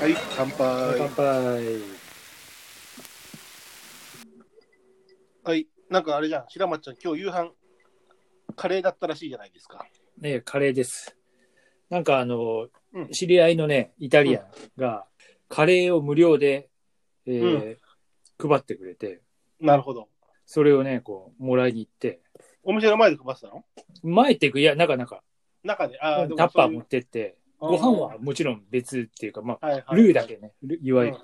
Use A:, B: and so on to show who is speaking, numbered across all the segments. A: はい、乾杯。
B: 乾杯。
A: はい、なんかあれじゃん、白松ちゃん、今日夕飯、カレーだったらしいじゃないですか。
B: ね、カレーです。なんかあの、
A: うん
B: 知り合いのね、イタリアンが、カレーを無料で、えー配ってくれて、
A: なるほど。
B: それをね、こう、もらいに行って、
A: お店の前で配ってたの
B: 前っていく、いや、なんかなんか、
A: 中で、
B: タ
A: あ
B: ッパー持
A: も
B: ってって、ご飯は、もちろん別っていうか、ま
A: はいはい
B: あ、ルーだけね、ルいわゆる、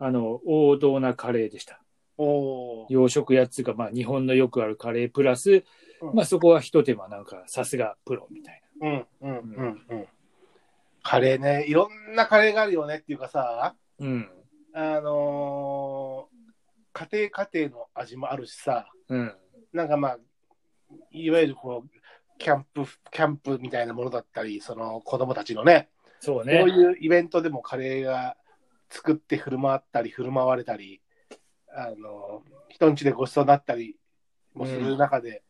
A: うん
B: あの、王道なカレーでした。
A: おー
B: 洋食屋っていうか、まあ、日本のよくあるカレープラス、
A: うん
B: まあ、そこは一手間なんか、さすがプロみたい
A: うんうんうんうん。カレーね、いろんなカレーがあるよねっていうかさ、
B: な。うん。
A: あのー家庭家庭の味もあるしさ、
B: うん。
A: なんかまあ、いわゆるこう、キャンプ、キャンプみたいなものだったり、その子供たちのね、
B: そうね。
A: そういうイベントでもカレーが作って振る舞ったり振る舞われたりあの人ん家でごちそうになったりもする中で、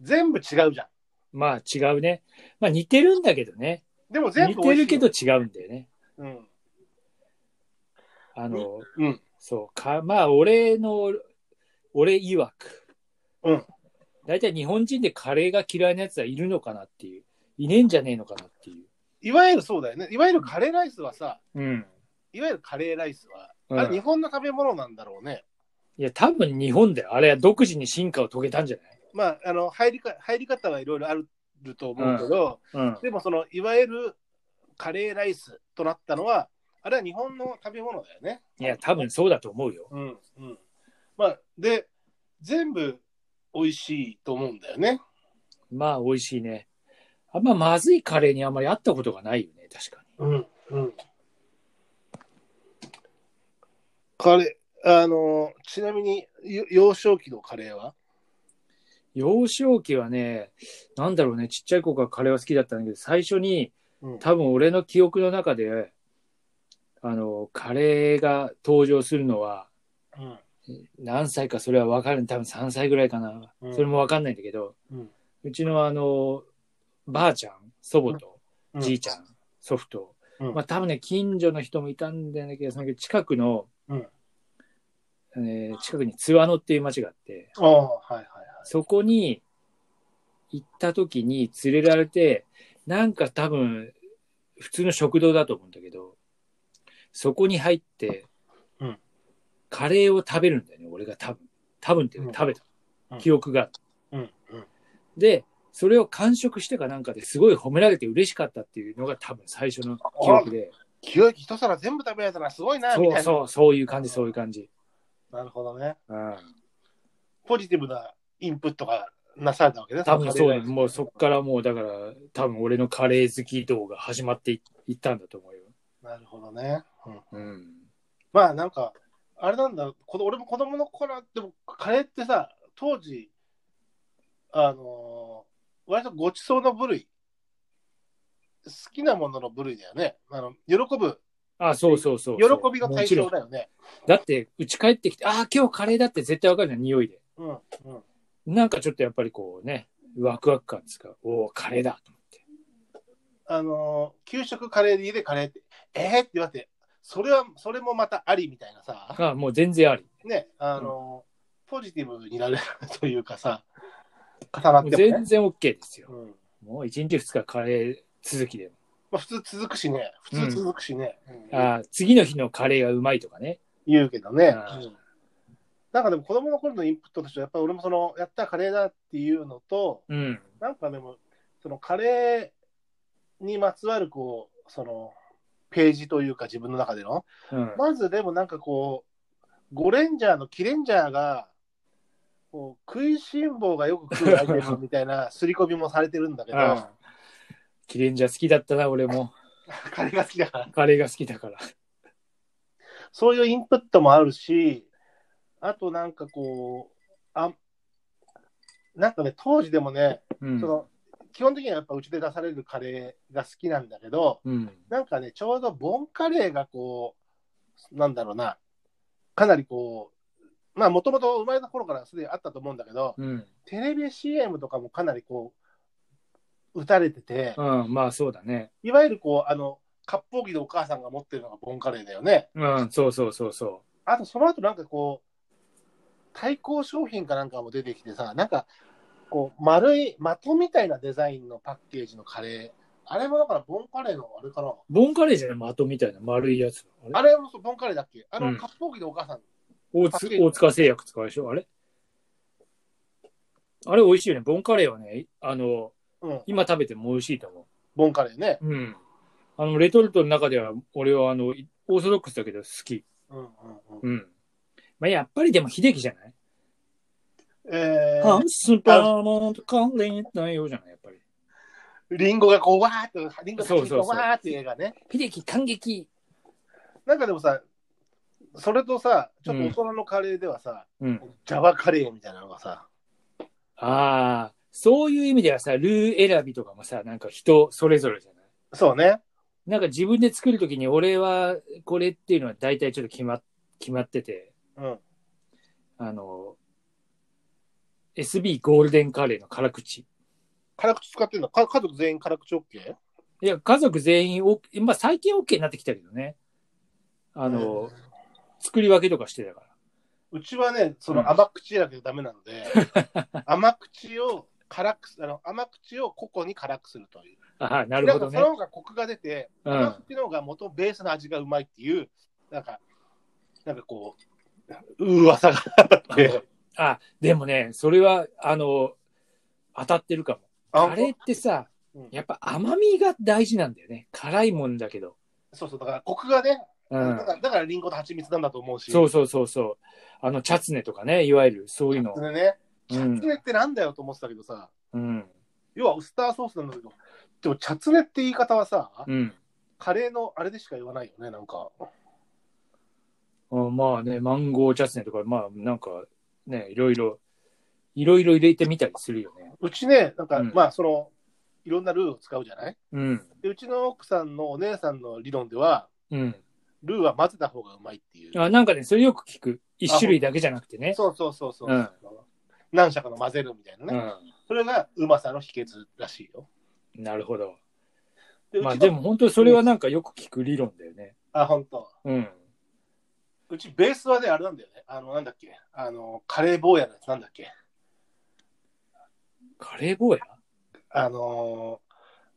A: 全部違うじゃん
B: まあ違うね。まあ似てるんだけどね。
A: でも全
B: 似
A: 部
B: て
A: 美味
B: る
A: しい
B: けど違うんだよね。
A: うん
B: あの、
A: うん
B: そうか、まあ俺の、俺曰く。
A: うん。
B: 大体日本人でカレーが嫌いなやつはいるのかなっていう。いねえんじゃねえのかなっていう。
A: いわゆるそうだよねいわゆるカレーライスはさ
B: うん。
A: いわゆるカレーライスは、
B: うん
A: あれ日本の食べ物なんだろうね
B: いや、多分日本であれは独自に進化を遂げたんじゃ
A: まああの入りか入り方はいろいろあると思うけど、
B: ない
A: でもそのいわゆるカレーライスとなったのはあれは日本の食べ物だよね
B: うん。いや、多分そうだと思うよ。
A: うんうん。まあ、で、全部美味しいと思うんだよね。
B: まあ美味しいね。あんままずいカレーにあんまり会ったことがないよね、確かに。
A: うんうん。カレー、あの、ちなみに、よ幼少期のカレーは
B: 幼少期はね、なんだろうね、ちっちゃい子がカレーは好きだったんだけど、最初に、
A: うん
B: 多分俺の記憶の中で、あの、カレーが登場するのは、
A: うん。
B: 何歳かそれは分かる、多分3歳ぐらいかな。
A: うん
B: それも分かんないんだけど、
A: うん
B: うちのあの、ばあちゃん、祖母と、じいちゃん、祖父と、
A: うん
B: まあ多分ね、近所の人もいたんだよね、けど、その近くの、
A: うん
B: えー近くに津和野っていう町があって、
A: ああ、はいはいはい。
B: そこに行った時に連れられて、なんか多分、普通の食堂だと思うんだけど、そこに入って、
A: うん
B: カレーを食べるんだよね、俺が多分。多分っていうか
A: うん
B: 食べた、
A: うん
B: 記憶がある。
A: うんうん。
B: で、それを完食してかなんかですごい褒められて嬉しかったっていうのが多分最初の記憶で、
A: 清行一皿全部食べられたらすごいな、みたい
B: そ
A: な。
B: うそう、そういう感じ、そういう感じ。
A: なるほどね。
B: うん、
A: ポジティブなインプットがなされたわけね。
B: 多分そうだ
A: のカレー
B: よ
A: ライス
B: もうそっからもうだから、多分俺のカレー好き動画始まっていいったんだと思うよ。
A: なるほどね。うん
B: うん。
A: まあなんか、あれなんだ、この俺も子供の頃、でもカレーってさ、当時、あのー割とごちそうの部類、好きなものの部類だよね。あの喜ぶ、
B: あ、そうそうそう
A: 喜
B: そう。
A: びが
B: も
A: 対
B: ちろ
A: 象
B: ん
A: だよね。
B: だって、うち帰ってきて、ああ、今日カレーだって絶対わかるじゃん、匂いで。
A: うん、うん。
B: なんかちょっとやっぱりこうね、ワクワク感ですか。おお、カレーだと思って。
A: あのー給食カレーで家でカレーって、えー、って言われて、それは、それもまたありみたいなさ、
B: あーもう全然あり。
A: ね、あのーポジティブになれるというかさ、重な
B: も
A: っても
B: う全
A: ね。
B: 然 OK ですよ。
A: うん
B: もう1日2日カレー続きで。
A: まあ、普通続くしね、普通続くしね。うん
B: あー次の日のカレーがうまいとかね。
A: 言うけどね。
B: うん
A: うんなんかでも子供の頃のインプットとしては、やっぱり俺もその、やったらカレーだっていうのと、
B: うん。
A: なんかでも、そのカレーにまつわるこう、その、ページというか自分の中での、
B: うん。
A: まずでもなんかこう、ゴレンジャーのキレンジャーが、こう食いしん坊がよく食うアイテムみたいな刷り込みもされてるんだけど、
B: うんキレンジャー好きだったな、俺も。
A: カレーが好きだから。
B: カレーが好きだから。
A: そういうインプットもあるし、あとなんかこう、あなんかね、当時でもね、
B: うん
A: そ。の基本的にはやっぱうちで出されるカレーが好きなんだけど、
B: うん。
A: なんかね、ちょうどボンカレーがこう、なんだろうな、かなりこう、まあもともと生まれた頃からすでにあったと思うんだけど、
B: うん。
A: テレビ CM とかもかなりこう、打たれてて、
B: うん。まあそうだね。
A: いわゆるこう、あの、割烹着でお母さんが持ってるのがボンカレーだよね。
B: うん、そうそうそうそ
A: あとその後なんかこう、対抗商品かなんかも出てきてさ、なんかこう丸い的みたいなデザインのパッケージのカレー。あれもだからボンカレーのあれかな。
B: う。ボンカレーじゃない的みたいな丸いやつ。あれ
A: あれもそうボンカレーだっけあ
B: う
A: の、
B: ん
A: 割烹着でお母さん。
B: 大
A: パッケ
B: 津
A: ージ
B: 大塚製薬使うでしょあれあれ美味しいよね。ボンカレーはね、あの、
A: うん。
B: 今食べても美味しいと思
A: ボンカレーね。
B: う。うん。あの、レトルトの中では、俺はあの、いオーソドックスだけど好き。
A: うんうんうん。
B: うん。まあ、やっぱりでも秀樹じゃない、
A: え
B: ハ
A: ー、
B: ンスパーモンと関連ないようじゃないやっぱり。
A: リンゴがこう、わーっと、リンゴが
B: そうそうそう
A: わーって映画ね。
B: 秀樹感激
A: なんかでもさ、それとさ、ちょっと大人のカレーではさ、
B: うん。
A: ジャワカレーみたいなのがさ、
B: ああ、そういう意味ではさ、ルー選びとかもさ、なんか人それぞれじゃない
A: そうね。
B: なんか自分で作るときに、俺はこれっていうのは大体ちょっと決ま決まってて、
A: うん。
B: あの、SB ゴールデンカレーの辛口。
A: 辛口使ってんのか家族全員辛口 OK?
B: いや、家族全員、おまあ最近 OK になってきたけどね。あの、作り分けとかしてたから。
A: うちはね、そ
B: うん
A: の甘口だけどダメなの で、甘口を辛くすあの、甘口をココに辛くするという。
B: ああ、なるほど
A: んか
B: ね
A: そ。の方がコクが出て、
B: う
A: 甘
B: ん。
A: 口の方が元ベースの味がうまいっていう、なんか、なんかこう、噂があって、
B: あ、でもね、それは、あの、当たってるかも。
A: あ
B: カレーってさ
A: うん、
B: やっぱ甘みが大事なんだよね。辛いもんだけど。
A: そうそう、だからコクがね、
B: うん
A: だ。からだからリンゴと蜂蜜なんだと思うし、
B: そうそうそうそう。あの、チャツネとかね、いわゆるそういうの。
A: でね、
B: う
A: チャツ
B: ん。
A: ネってなんだよと思ってたけどさ、
B: うん。
A: 要はウスターソースなんだけど、でもチャツネって言い方はさ、
B: うん。
A: カレーのあれでしか言わないよね、なんか。
B: うんまあね、マンゴーチャツネとか、まあなんかね、いろいろ、いろいろ入れてみたりするよね。
A: うちね、なんか、
B: うん
A: まあ、その、いろんなルーを使うじゃない
B: うん。
A: でうちの奥さんのお姉さんの理論では、
B: うん。
A: ルーは混ぜた方がうまいっていう。
B: あなんかね、それよく聞く。一種類だけじゃなくてね。
A: そうそうそうそう。
B: うん
A: 何社かの混ぜるみたいな
B: う
A: ね。
B: ん。
A: それがうまさの秘訣らしいよ。
B: なるほど。
A: で
B: ま
A: う
B: あ
A: ちの
B: でも本当にそれはなんかよく聞く理論だよね。
A: あ、本当。
B: うん。
A: うちベースはね、あれなんだよね。あの、なんだっけ。あの、カレー坊やのやつなんだっけ。
B: カレー坊や
A: あの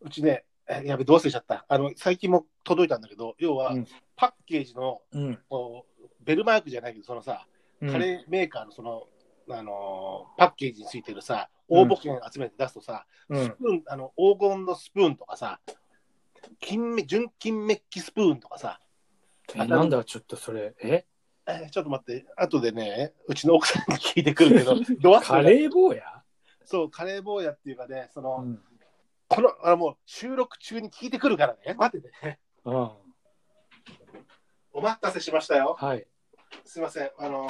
A: ーうちね、えやべ、どう忘れちゃった。あの、最近も届いたんだけど、要は
B: うん、
A: パッケージの、
B: うん。
A: こうベルマークじゃないけど、そのさ、
B: うん
A: カレーメーカーのその、あのーパッケージについてるさ、応募券集めて出すとさ、
B: うん
A: スプーン、あの、黄金のスプーンとかさ、金目、純金メッキスプーンとかさ、
B: えなんだ、ちょっとそれ。え
A: えーちょっと待って、後でね、うちの奥さんに聞いてくる けど、ど
B: カレー坊や
A: そう、カレー坊やっていうかね、その、
B: うん。
A: この、あのもう収録中に聞いてくるからね、待ってて。
B: うん。
A: お待たせしましたよ。
B: はい。
A: すいません、あの、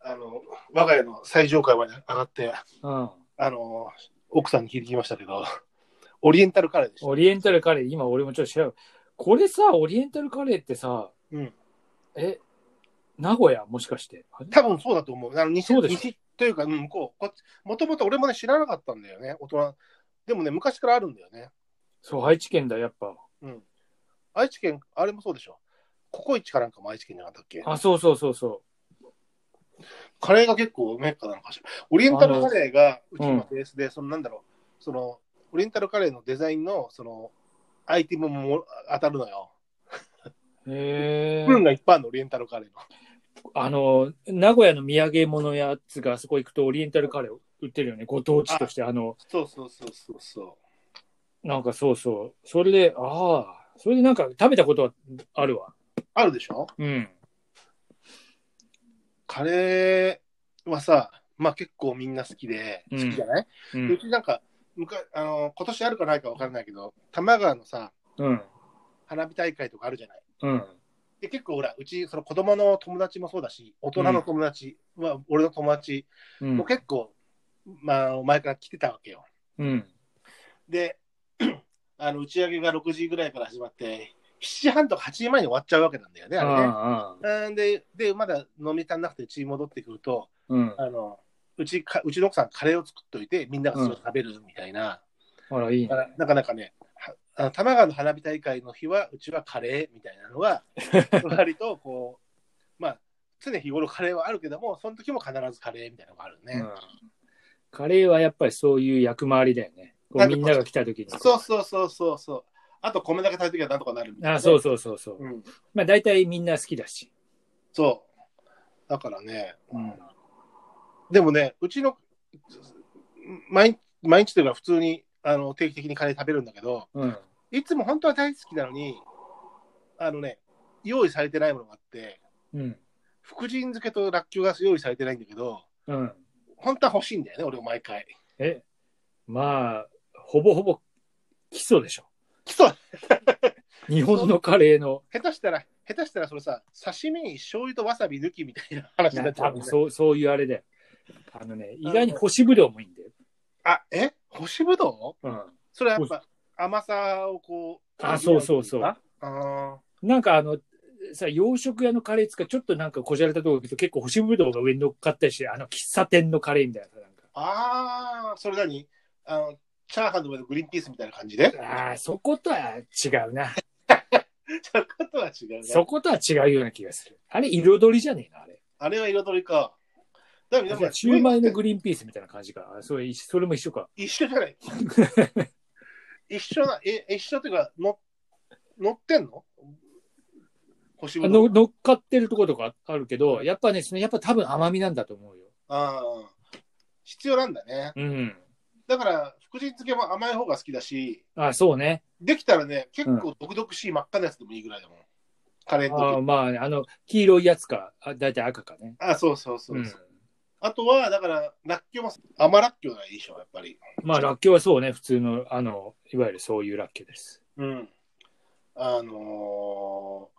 A: あの、我が家の最上階まで上がって、
B: うん。
A: あの、奥さんに聞いてきましたけど、オリエンタルカレーでした。
B: オリエンタルカレー、今俺もちょっと調べこれさ、オリエンタルカレーってさ、
A: うん
B: え、名古屋もしかして。あれ
A: 多分そうだと思う。あの西
B: そうでしょ
A: 西というか、うん、向こう、こっち、もともと俺もね、知らなかったんだよね、大人。でもね、昔からあるんだよね。
B: そう、愛知県だ、やっぱ。
A: うん。愛知県、あれもそうでしょ。ココイチかなんかも愛知県じゃなかったっけ
B: あ、そうそうそうそ
A: カレーが結構メッカなのかしら。オリエンタルカレーがうち
B: うん
A: のベースで、そのなんだろう、その、オリエンタルカレーのデザインの、その、アイテムも当たるのよ。
B: う。へえ
A: 部。分がいっぱいあるの、オリエンタルカレーの。
B: あの、名古屋の土産物やつがあそこ行くとオリエンタルカレー売ってるよね。ご当地として。あの、
A: そうそうそうそうそ
B: なんかそうそう。それで、ああ、それでなんか食べたことはあるわ。
A: う。あるでしょ
B: うん。
A: カレーはさ、まあ結構みんな好きで、
B: う
A: 好
B: ん
A: きじゃない、
B: う。
A: うんちなんか、むかあの今年あるかないかわからないけど、多摩川のさ、
B: うん。
A: 花火大会とかあるじゃない
B: うん。
A: で、結構ほら、うち、その子供の友達もそうだし、大人の友達は、俺の友達
B: うん
A: も結構、まあ、前から来てたわけよ。
B: うん。
A: で、 あの打ち上げが6時ぐらいから始まって、7時半とか8時前に終わっちゃうわけなんだよね、
B: あ
A: あれね。
B: あ、ああ
A: うんで、で、まだ飲み足んなくて、うちに戻ってくると、
B: うん。
A: あの、うちか、うちの奥さんカレーを作っといて、みんながそれを食べるみたいな。
B: あら、いい
A: だ
B: ね
A: か。らなかなかね、はあの多摩川の花火大会の日は、うちはカレーみたいなの が、割とこう、まあ、常日頃カレーはあるけども、その時も必ずカレーみたいなのがあるね。
B: うんカレーはやっぱりそういう役回りだよね。こ
A: な
B: うん
A: か
B: みんなが来た時に。
A: そうそうそうそうそう。あと米だけ炊いてきゃなんとかなるみたいな、
B: あそう
A: そ
B: そうそうそう。
A: う。うん、
B: まあ大体みんな好きだし。
A: そう。だからね、
B: うん
A: でもね、うちの、毎日毎日というか普通にあの定期的にカレー食べるんだけど、
B: うん。
A: いつも本当は大好きなのに、あのね、用意されてないものがあって、
B: うん。
A: 福神漬けとらっきょうが用意されてないんだけど、
B: うん。
A: 本当は欲しいんだよね、俺も毎回。
B: え、まあ、ほぼほぼ基礎でしょ。
A: 基礎、
B: 日本のカレーの。
A: 下手したら、下手したらそれさ、刺身に醤油とわさび抜きみたいな話になっちゃうも
B: 多
A: ん
B: 分
A: ね、
B: そう、そういうあれだよ。あのね、意外に干しぶどうもいいんだよ。
A: あ、え干しぶどう
B: うん。
A: それはやっぱ甘さをこう。
B: あ、そうそうそう。
A: ああ
B: なんかあの、さ、洋食屋のカレーつか、ちょっとなんかこじゃれたとこ行くと結構干しぶどうが上に乗っかったりして、あの、喫茶店のカレーみたいなさ、なんか。
A: あー、それ何あの、チャーハンとかでグリーンピースみたいな感じ で
B: ああ、そことは違うな。
A: そういうことは違うね。
B: そことは違うような気がする。あれ、彩りじゃねえな、あれ。
A: あれは彩りか。だから
B: じゃ
A: 皆
B: あ、
A: さ
B: シュー
A: ん
B: マイのグリーンピースみたいな感じか。あそれ、一それも一緒か。
A: 一緒じゃ ない。一緒な、え、一緒っていうか、の乗ってんの星
B: あ
A: ぶど
B: の
A: う。
B: 乗っかってるとことかあるけど、やっぱね、そのやっぱ多分甘みなんだと思うよ。
A: ああ。必要なんだね。
B: うん。
A: だから、福神漬けも甘い方が好きだし、
B: あそうね。
A: できたらね、結構毒々しい真っ赤なやつでもいいぐらいだもん。カレー
B: あ
A: の時。
B: まあね、あの、黄色いやつか、あだいたい赤かね。
A: あそうそうそうそう、
B: うん。
A: あとは、だから、らっきょうも、甘らっきょうがいいでしょ、やっぱり。
B: まあ、らっきょうはそうね、普通の、あの、いわゆるそういうらっきょうです。
A: うん。あのー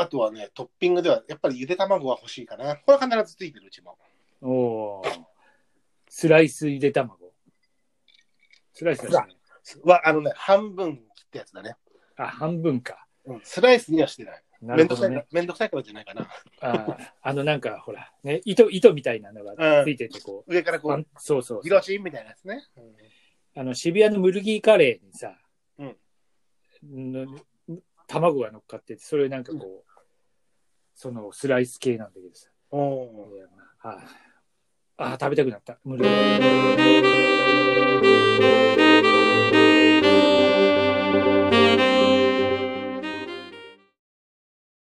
A: あとはね、トッピングでは、やっぱりゆで卵が欲しいかな。これは必ずついてる、うちも。
B: おおー。スライスゆで卵。スライスだしね。
A: は、あのね、半分切ったやつだね。
B: あ、半分か。
A: うん、スライスにはしてない。
B: な
A: め
B: る
A: んど
B: ほ
A: くさ
B: ど
A: いか
B: ね
A: ら。、めんどくさいからじゃないかな。
B: ああの、なんか、ほら、ね、糸、糸みたいなのがついてて、こ
A: 上から
B: う、
A: こ
B: あ、
A: うん
B: そうそう
A: ギロチンみたいなやつね。うん
B: あの、渋谷のムルギーカレーにさ、
A: うん
B: の卵が乗っかってて、それなんかこう、そのスライス系なんだけどさ。
A: おー
B: いやまあああ、ああ食べたくなった。ムルギー。